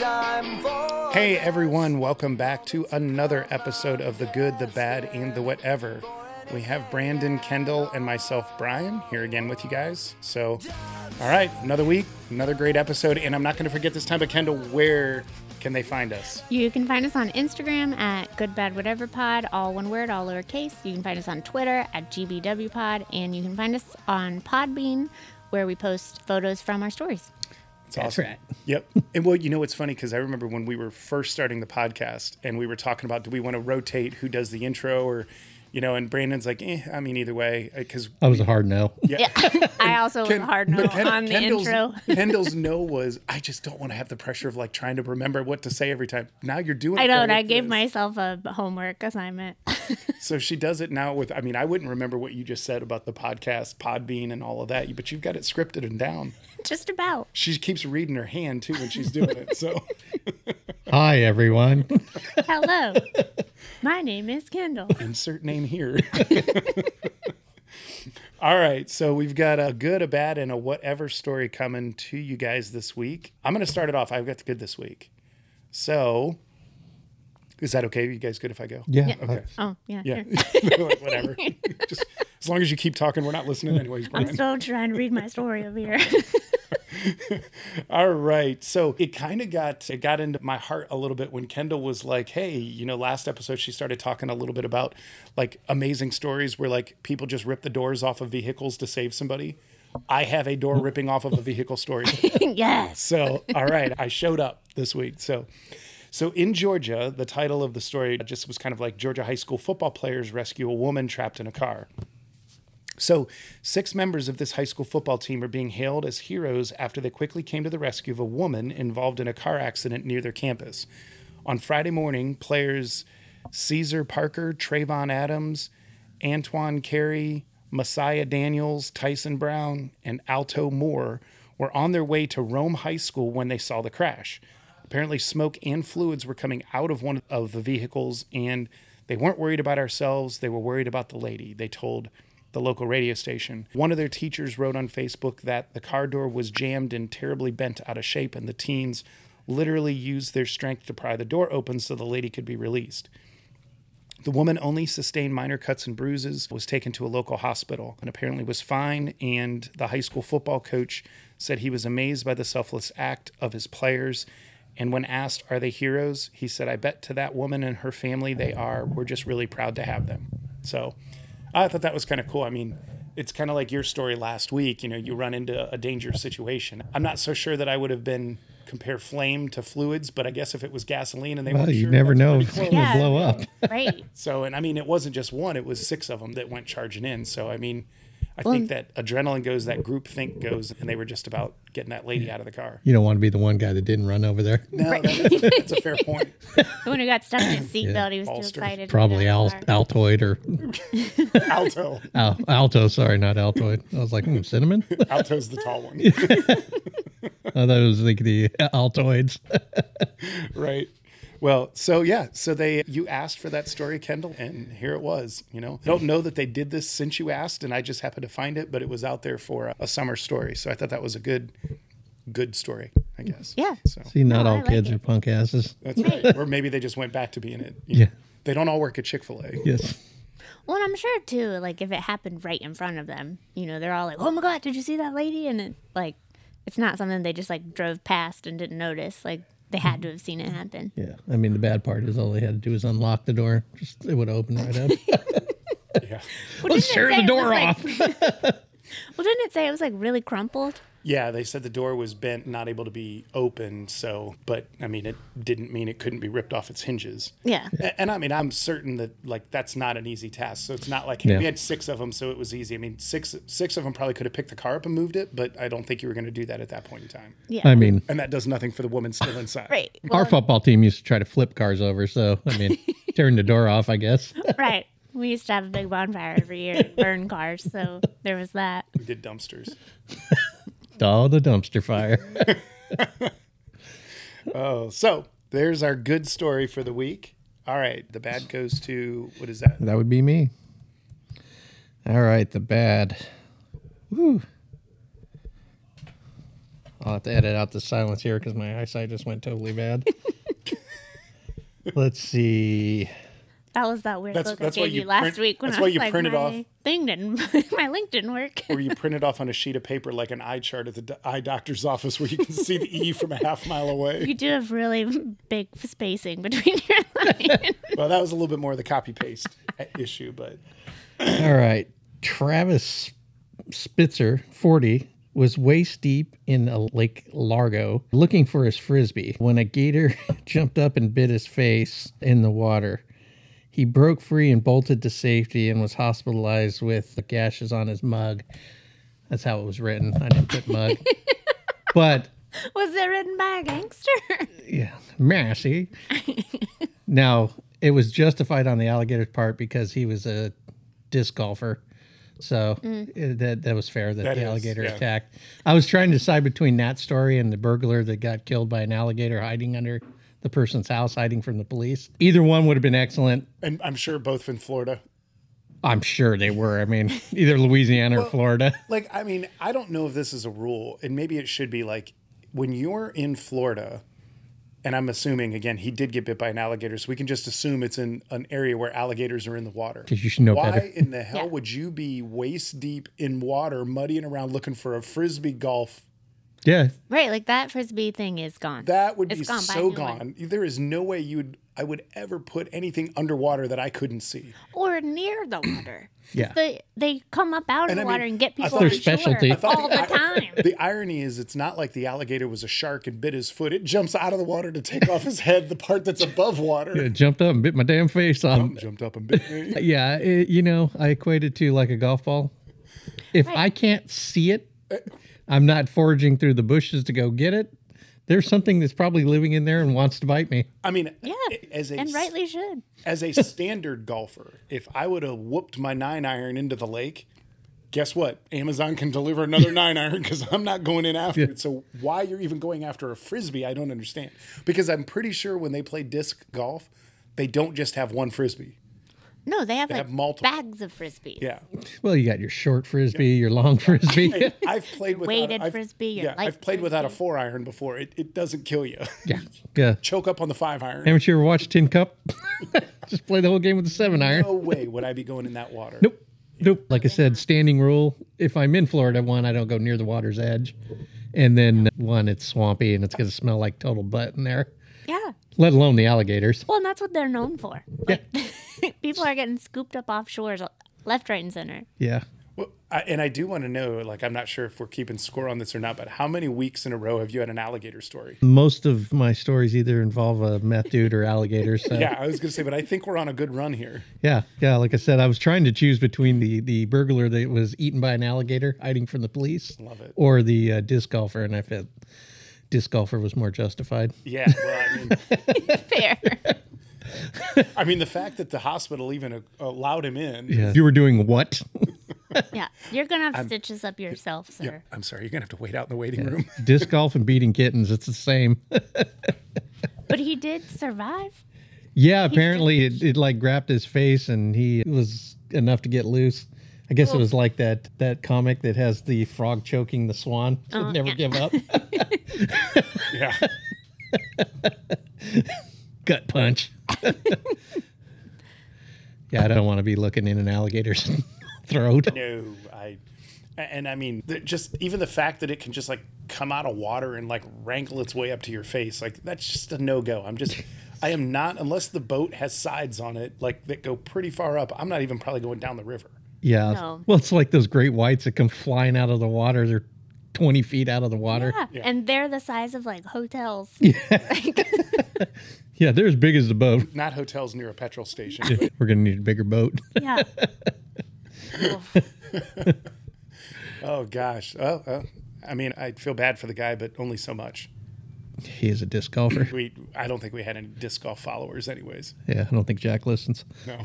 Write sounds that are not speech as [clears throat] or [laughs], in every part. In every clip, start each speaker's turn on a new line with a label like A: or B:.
A: Hey everyone, welcome back to another episode of The Good, The Bad, and The Whatever. We have Brandon Kendall and myself, Brian, here again with you guys. So, all right, another week, another great episode. And I'm not going to forget this time, but Kendall, where can they find us?
B: You can find us on Instagram at Good Bad Whatever Pod, all one word, all lowercase. You can find us on Twitter at GBW Pod, and you can find us on Podbean, where we post photos from our
A: [laughs]
B: stories.
A: It's
C: That's
A: awesome.
C: right.
A: Yep. And well, you know what's funny because I remember when we were first starting the podcast and we were talking about do we want to rotate who does the intro or, you know, and Brandon's like, eh, I mean, either way, because
C: That was a hard no.
B: Yeah. I also was hard no
A: Ken-
B: on the
A: Kendall's, [laughs]
B: intro. [laughs]
A: Kendall's no was I just don't want to have the pressure of like trying to remember what to say every time. Now you're doing.
B: I
A: it
B: know,
A: though
B: and I
A: with
B: gave
A: this.
B: myself a
A: [laughs]
B: homework assignment.
A: So she does it now with. I mean, I wouldn't remember what you just said about the podcast, Podbean, and all of that. But you've got it scripted and down.
B: Just about.
A: She keeps reading her hand too when she's doing it. So
C: Hi,
A: [laughs]
C: everyone.
B: Hello. My name
A: [laughs]
B: is Kendall.
A: insert name here. [laughs] All right, so we've got a good, a bad, and a whatever story coming to you guys this week. I'm going to start it off. I've got the good this week. So, is that okay? you guys good if I go?
C: Yeah. uh,
A: Okay.
B: Oh, yeah.
A: Yeah. [laughs]
B: here.
A: whatever. [laughs] Just as long as you keep talking, we're not listening anyways,
B: I'm
A: Brian.
B: still trying to read my story
A: [laughs]
B: over here. [laughs]
A: All right. So it kind of got it got into my heart a little bit when Kendall was like, "Hey, you know, last episode she started talking a little bit about like amazing stories where like people just rip the doors off of vehicles to save somebody." I have a door ripping off of a vehicle story.
B: yes.
A: So, all right, I showed up this week. So, so in Georgia, the title of the story just was kind of like Georgia high school football players rescue a woman trapped in a car. So, six members of this high school football team are being hailed as heroes after they quickly came to the rescue of a woman involved in a car accident near their campus. On Friday morning, players Caesar Parker, Trayvon Adams, Antoine Carey, Messiah Daniels, Tyson Brown, and Alto Moore were on their way to Rome High School when they saw the crash. Apparently, smoke and fluids were coming out of one of the vehicles, and they weren't worried about ourselves. They were worried about the lady. They told the local radio station. One of their teachers wrote on Facebook that the car door was jammed and terribly bent out of shape, and the teens literally used their strength to pry the door open so the lady could be released. The woman only sustained minor cuts and bruises, was taken to a local hospital, and apparently was fine. And the high school football coach said he was amazed by the selfless act of his players. And when asked, Are they heroes? He said, I bet to that woman and her family they are. We're just really proud to have them. So I thought that was kind of cool. I mean, it's kind of like your story last week. You know, you run into a dangerous situation. I'm not so sure that I would have been compare flame to fluids, but I guess if it was gasoline and they
C: Well,
A: weren't
C: you
A: sure,
C: never
A: that's
C: know
A: pretty
C: if it's
A: close.
C: going to [laughs]
B: Yeah.
C: blow up.
B: Right.
A: So, and I mean, it wasn't just one; it was six of them that went charging in. So, I mean, I think that adrenaline goes, that group think goes, and they were just about getting that lady out of the car.
C: You don't want to be the one guy that didn't run over there.
A: No, that- [laughs] that's a fair point.
B: The one who got stuck in his seatbelt, he was
A: Ulster.
B: too excited. to
C: Probably
B: get out
C: Al-
B: of the car.
C: Altoid or
A: Alto,
C: Al- Alto. Sorry, not Altoid. I was like, hmm, cinnamon? [laughs]
A: Alto's the tall one,
C: I thought it was like the Altoids. [laughs]
A: right? Well, so yeah, so they you asked for that story, Kendall, and here it was. You know, don't know that they did this since you asked, and I just happened to find it, but it was out there for a, a summer story. So I thought that was a good, good story, I guess.
B: Yeah.
A: So
C: See, not
B: No, Oh, I
C: all
B: like
C: kids
B: it.
C: are punk asses.
A: that's right. Or maybe they just went back to being it. you know.
C: Yeah.
A: They don't all work at Chick Fil A.
C: Yes.
B: Well, and I'm sure too. Like if it happened right in front of them, you know, they're all like, "Oh my god, did you see that lady?" And it, like, it's not something they just like drove past and didn't notice. Like they had to have seen it
C: [laughs]
B: happen.
C: Yeah. I mean, the bad part is all they had to do is unlock the door. Just it would open right
B: [laughs]
C: up.
A: Yeah.
B: Well,
C: Let's
B: didn't it
C: tear
B: say
C: the
B: it
C: door
B: was, like- [laughs]
C: off.
B: well, didn't it say it was like really crumpled?
A: Yeah, they said the door was bent, not able to be opened. So, but I mean, it didn't mean it couldn't be ripped off its hinges.
B: Yeah.
A: A- And I mean, I'm certain that like that's not an easy task. So it's not like
C: Yeah.
A: we had six of them, so it was easy. I mean, six six of them probably could have picked the car up and moved it, but I don't think you were going to do that at that point in time.
B: Yeah.
C: I mean,
A: And that does nothing for the woman still inside.
B: right.
C: our
B: Well,
C: football team used to try to flip cars over. So,
B: [laughs]
C: I mean, tearing the door off, I guess.
B: right. We used to have a big bonfire every year and burn cars, so there was that.
A: We did dumpsters.
C: Oh, the dumpster fire. [laughs]
A: Oh, so there's our good story for the week. All right, the bad goes to what is that?
C: That would be me. All right, the bad. Woo. I'll have to edit out the silence here because my eyesight just went totally [laughs] bad. Let's see.
B: That was that weird
A: That's-
B: book
A: that's
B: I
A: why
B: gave you,
A: you
B: last
A: print-
B: week when
A: that's
B: I
A: why
B: was
A: you
B: like,
A: printed
B: my
A: off-
B: thing didn't, [laughs] my link didn't work.
A: Or you print it off on a sheet of paper like an eye chart at the d- eye doctor's office where you can see the E from a half mile away.
B: You do have really [laughs] big spacing between [laughs] your lines.
A: Well, that was a little bit more of the copy [laughs] paste issue, but
C: All right. Travis Spitzer, 40, was waist deep in a Lake Largo looking for his frisbee when a gator [laughs] jumped up and bit his face in the water. He broke free and bolted to safety and was hospitalized with gashes on his mug. That's how it was written. I didn't put mug. but
B: was it written by a gangster? [laughs]
C: yeah, messy. now it was justified on the alligator's part because he was a disc golfer, so it- that that was fair that,
A: That
C: the
A: is,
C: alligator
A: yeah.
C: attacked. I was trying to decide between that story and the burglar that got killed by an alligator hiding under the person's house, hiding from the police. Either one would have been excellent.
A: and I'm sure both in Florida.
C: I'm sure they were. I mean, [laughs] either Louisiana or Florida. [laughs]
A: Like, I mean, I don't know if this is a rule, and maybe it should be like when you're in Florida, and I'm assuming again he did get bit by an alligator, so we can just assume it's in an area where alligators are in the water.
C: Because you should know
A: Why
C: better.
A: in the hell
B: Yeah.
A: would you be waist deep in water, muddying around looking for a frisbee golf?
C: Yeah,
B: right, like that frisbee thing is gone.
A: That would be
B: It's gone, buy a
A: so
B: new
A: gone.
B: one.
A: There is no way you would I would ever put anything underwater that I couldn't see.
B: or near the
A: [clears throat]
B: water. 'Cause
C: Yeah.
B: They, they come up out of
A: And
B: the
A: I
B: water
A: mean,
B: and get
A: I
B: people
A: thought-
B: on
A: Their
C: specialty.
B: shore
C: I
A: thought
B: all
A: the-
B: the
A: [laughs]
B: time.
A: The irony is it's not like the alligator was a shark and bit his foot. It jumps out of the water to take off his head, the part that's above water.
C: it jumped up and bit my damn face off.
A: Jumped up and bit me.
C: Yeah, it, you know, I equate it to like a golf ball. If I can't see it, I'm not foraging through the bushes to go get it. There's something that's probably living in there and wants to bite me.
A: I mean,
B: Yeah,
A: as a
B: and rightly should.
A: as a standard golfer, if I would have whooped my nine iron into the lake, guess what? Amazon can deliver another nine iron because I'm not going in after it. So why you're even going after a frisbee, I don't understand. Because I'm pretty sure when they play disc golf, they don't just have one frisbee.
B: No, they have like
A: have multiple.
B: bags of frisbees.
A: Yeah,
B: [laughs]
C: Well, you got your short frisbee, your long frisbee.
A: I've played with
B: weighted frisbee, your
A: Yeah,
B: light
A: I've played without a four iron before. It, it doesn't kill you. [laughs]
C: yeah, yeah.
A: Choke up on the five iron.
C: Haven't you ever watched Tin Cup? [laughs] Just play the whole game with the seven iron.
A: No way would I be going in that water.
C: Nope. Nope. Like I said, standing rule. If I'm in Florida, one, I don't go near the water's edge. And then one, it's swampy and it's going to smell like total butt in there,
B: Yeah.
C: let alone the alligators.
B: Well, and that's what they're known for. Like, [laughs] people are getting scooped up off shores uh, left, right,
A: [laughs]
B: and center.
C: Yeah.
A: Well, I, and I do want to know, like, I'm not sure if we're keeping score on this or not, but how many weeks in a row have you had an alligator story?
C: Most of my stories either involve a meth dude or alligators. So.
A: Yeah, I was gonna say, but I think we're on a good run here.
C: yeah, yeah. Like I said, I was trying to choose between the the burglar that was eaten by an alligator hiding from the police,
A: Love it.
C: or the uh, disc golfer, and I felt disc golfer was more justified.
A: Yeah, well, I mean,
B: Fair.
A: [laughs] I mean, the fact that the hospital even uh, allowed him in.
C: You were doing what? [laughs]
B: yeah. You're going to have to stitch this up yourself, sir.
A: I'm sorry, you're gonna have to wait out in the waiting [laughs] room.
C: disc golf and beating kittens. It's the same. [laughs]
B: But he did survive.
C: yeah, apparently it, it like grabbed his face, and he it was enough to get loose. I guess it was like that that comic that has the frog choking the swan.
B: Oh,
C: Never
B: yeah.
C: give
B: [laughs]
C: up.
A: yeah,
C: gut punch. [laughs] yeah, I don't want to be looking in an alligator's [laughs] throat.
A: no, I. And I mean, the- just even the fact that it can just like come out of water and like wrangle its way up to your face, like that's just a no go. I'm just, I am not unless the boat has sides on it like that go pretty far up. I'm not even probably going down the river.
C: Yeah.
B: No.
C: Well, it's like those great whites that come flying out of the water. They're 20 feet out of the water.
B: Yeah. And they're the size of like hotels.
C: Yeah, they're as big as the boat. [laughs]
A: Not hotels near a petrol station. but-
C: We're going to need a bigger boat.
A: [laughs]
B: Yeah. Oof.
A: Oh gosh. Oh, oh, I mean, I feel bad for the guy, but only so much.
C: he is a disc golfer.
A: We, I don't think we had any disc golf followers, anyways.
C: Yeah, I don't think Jack listens.
A: No.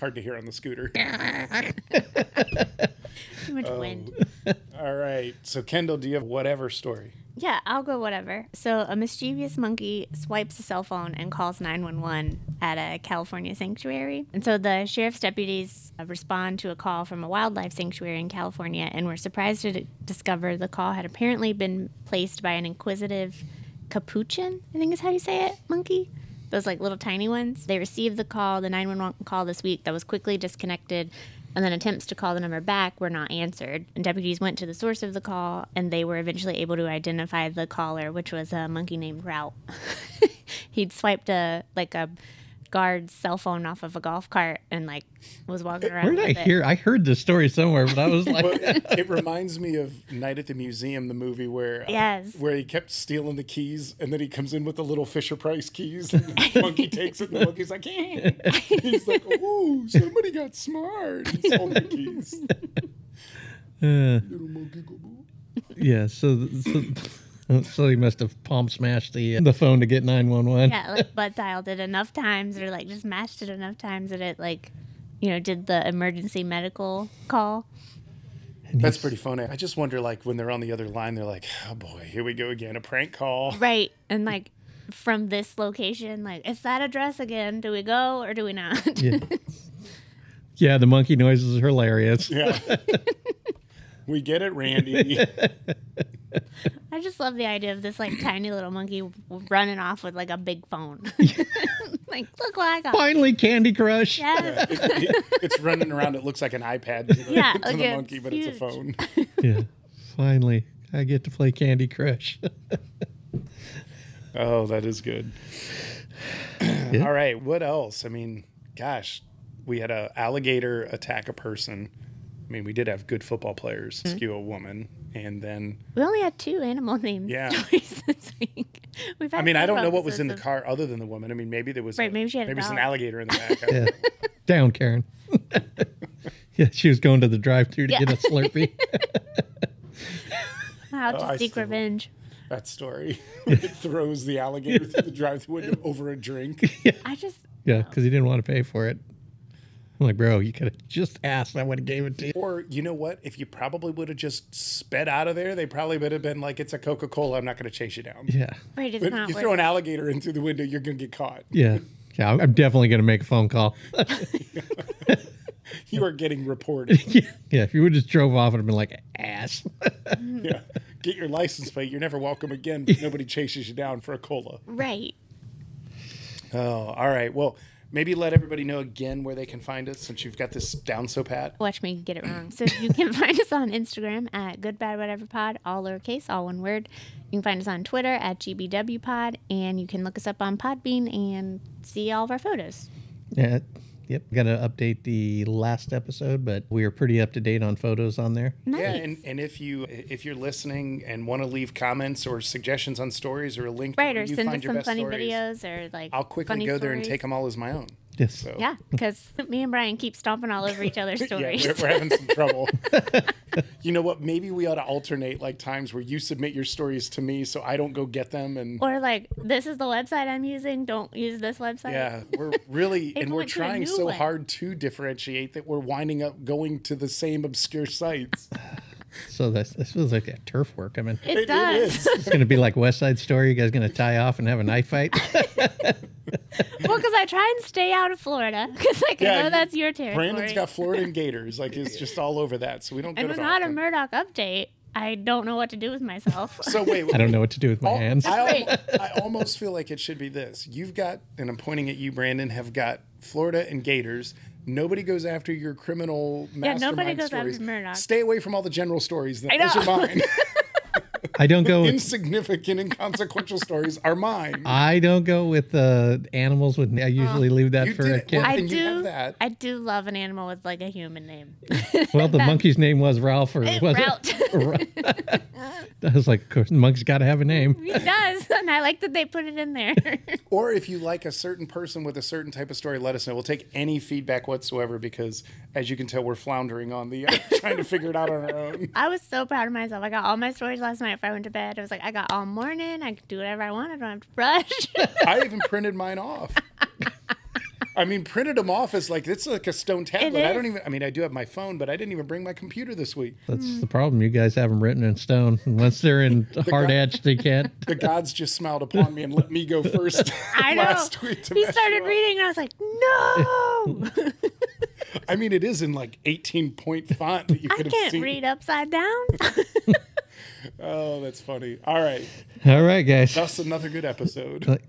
A: Hard to hear on the scooter. Oh,
B: Too much wind.
A: All right. So, Kendall, do you have whatever story?
B: Yeah, I'll go whatever. So, a mischievous monkey swipes a cell phone and calls 911 at a California sanctuary. And so the sheriff's deputies uh, respond to a call from a wildlife sanctuary in California and were surprised to d- discover the call had apparently been placed by an inquisitive capuchin, I think is how you say it, monkey. Those like little tiny ones. They received the call, the 911 call this week that was quickly disconnected and then attempts to call the number back were not answered. And deputies went to the source of the call, and they were eventually able to identify the caller, which was a monkey named Route. [laughs] He'd swiped a like a guard's cell phone off of a golf cart and like was walking around.
C: Where did I
B: with it.
C: hear? I heard this story somewhere, but I was
A: Well,
C: like,
A: it reminds me of Night at the Museum, the movie where uh,
B: Yes.
A: where he kept stealing the keys, and then he comes in with the little Fisher Price keys, and the monkey takes it, and the monkey's like, "Eh." he's like, "Ooh, somebody got smart and stole the keys." Little monkey go boo.
C: yeah. So, so, [laughs] so he must have palm smashed the uh, the phone to get nine one one.
B: Yeah, like butt dialed it enough times, or like just mashed it enough times that it like, you know, did the emergency medical call.
A: That's pretty funny. I just wonder, like, when they're on the other line, they're like, "Oh boy, here we go again, a prank call."
B: [laughs] Right. And like from this location, like, it's that address again. Do we go or do we not?
C: Yeah. Yeah, the monkey noise is hilarious.
A: Yeah, [laughs] we get it,
B: [laughs]
A: Randy.
B: I just love the idea of this like tiny little monkey w- running off with like a big phone. [laughs] like, look what I got.
C: Finally, Candy Crush.
B: Yes.
A: [laughs] it's running around. It looks like an iPad to the, [laughs]
B: Yeah,
A: to the
B: like it's
A: monkey, but it's a
B: huge. [laughs]
A: phone.
C: yeah. Finally, I get to play Candy Crush. [laughs]
A: Oh, that is good. [clears throat] All right, what else? I mean, gosh, we had a alligator attack a person. I mean, we did have good football players
B: Mm-hmm.
A: skew a woman, and then
B: We only had two animal names [laughs]
A: Yeah.
B: stories this week. We've had
A: I mean, I
B: two
A: don't know what was in the
B: episodes
A: car other than the woman. I mean, maybe there was
B: Right,
A: a-
B: maybe she had a
A: maybe it's an
B: dog.
A: alligator in the back.
B: [laughs]
A: I don't
C: Yeah. Down, Karen. [laughs] yeah, she was going to the drive-through to
B: Yeah.
C: get a Slurpee.
B: of How to
A: Oh, I
B: seek
A: still-
B: revenge.
A: that story. [laughs] it throws the alligator through the drive-through window over a drink.
B: I just,
C: yeah, because he didn't want to pay for it. I'm like, bro, you could have just asked. I would have gave it to you.
A: Or you know what? If you probably would have just sped out of there, they probably would have been like, "It's a Coca-Cola. I'm not going to chase you down."
C: Yeah.
B: right, it's
A: But
B: not
A: you
B: worth
A: throw an alligator in through the window, you're going to get caught.
C: Yeah. Yeah, I'm definitely going to make a phone call. [laughs]
A: You are getting reported.
C: [laughs] yeah, if you would have just drove off and been like, ass. [laughs]
A: Yeah. Get your license plate. You're never welcome again. But nobody chases you down for a cola.
B: Right.
A: Oh, all right. Well, maybe let everybody know again where they can find us since you've got this down so pat.
B: Watch me get it
A: Mm.
B: wrong. So you can [laughs] find us on Instagram at Good Bad Whatever Pod, all lowercase, all one word. You can find us on Twitter at GBW Pod, and you can look us up on Podbean and see all of our photos.
C: Yeah. Yep. Got to update the last episode, but we are pretty up to date on photos on there.
B: Nice.
A: Yeah, and, and if you if you're listening and want to leave comments or suggestions on stories or a link to
B: right,
A: where
B: or
A: you
B: send
A: find
B: us
A: your
B: some
A: best
B: funny
A: stories,
B: videos or like.
A: I'll quickly
B: funny
A: go there and
B: stories.
A: take them all as my own.
C: Yes.
A: So
B: Yeah, because [laughs] me and Brian keep stomping all
A: [laughs]
B: over each other's
A: Yeah,
B: stories.
A: we're, we're having some
B: [laughs]
A: trouble. you know what? Maybe we ought to alternate like times where you submit your stories to me so I don't go get them and
B: [laughs] or like, this is the website I'm using. Don't use this website.
A: Yeah, we're
B: [laughs]
A: really and
B: April
A: we're
B: went to a
A: trying
B: new
A: so
B: one.
A: hard to differentiate that we're winding up going to the same obscure sites.
C: So this this feels like that turf work. I mean,
B: [laughs] It, does.
A: is.
C: it's going to be like West Side Story. You guys going to tie off and have a knife fight?
B: [laughs]
C: [laughs]
B: well, because I try and stay out of Florida [laughs] because like,
A: Yeah,
B: I know
A: you-
B: that's your territory.
A: Brandon's got Florida and Gators, like it's just all over that. So we
B: [laughs]
A: don't
B: And
A: go to
B: without a
A: Dolphin.
B: Murdoch update, I don't know what to do with myself.
A: [laughs] So
B: [laughs]
A: wait,
C: I don't know what to do with my
A: al-
C: hands.
A: Oh, I,
B: Right.
A: almo- I almost feel like it should be this. You've got, and I'm pointing at you, Brandon, have got Florida and Gators. Nobody goes after your criminal mastermind
B: nobody goes after
A: stories.
B: Murdoch.
A: Stay away from all the general stories. Then.
B: I know.
A: Those are
B: [laughs]
A: mine. [laughs]
C: I don't go. With,
A: Insignificant, inconsequential stories are mine.
C: I don't go with uh, animals. With I usually leave that
A: Oh, you
C: for
A: did
C: a
A: it.
C: kid.
A: Well,
B: I
A: And you have
B: do.
A: that.
B: I do love an animal with like a
A: [laughs]
B: human name.
C: well, the monkey's name was Ralph, or was
B: Route. [laughs]
C: [laughs] It? I was like, of course, the monkey's got to have a name.
B: he does, [laughs] and I like that they put it in there. [laughs]
A: Or if you like a certain person with a certain type of story, let us know. We'll take any feedback whatsoever because, as you can tell, we're floundering on the [laughs] uh, trying to figure it out on our own.
B: I was so proud of myself. I got all my stories last night. If I went to bed, I was like, I got
A: [laughs]
B: all morning. I could do whatever I want. I don't have to brush.
A: I even printed mine off. [laughs] I mean, printed them off as like it's like a stone tablet. I don't
B: is.
A: even. I mean, I do have my phone, but I didn't even bring my computer this week.
C: That's the problem. You guys have them written in stone. And once
A: [laughs]
C: they're in hard edge, they can't.
A: The gods just smiled upon me and let me go first
B: [laughs] I
A: [laughs]
B: know.
A: last week. To
B: he
A: mess
B: started
A: you up.
B: reading, and I was
A: [laughs]
B: like, no,
A: I mean, it is in like 18 point font that you
B: [laughs] I
A: could have
B: can't
A: seen.
B: read upside down. [laughs]
A: Oh, that's funny. All right,
C: All right, guys.
A: that's another good episode.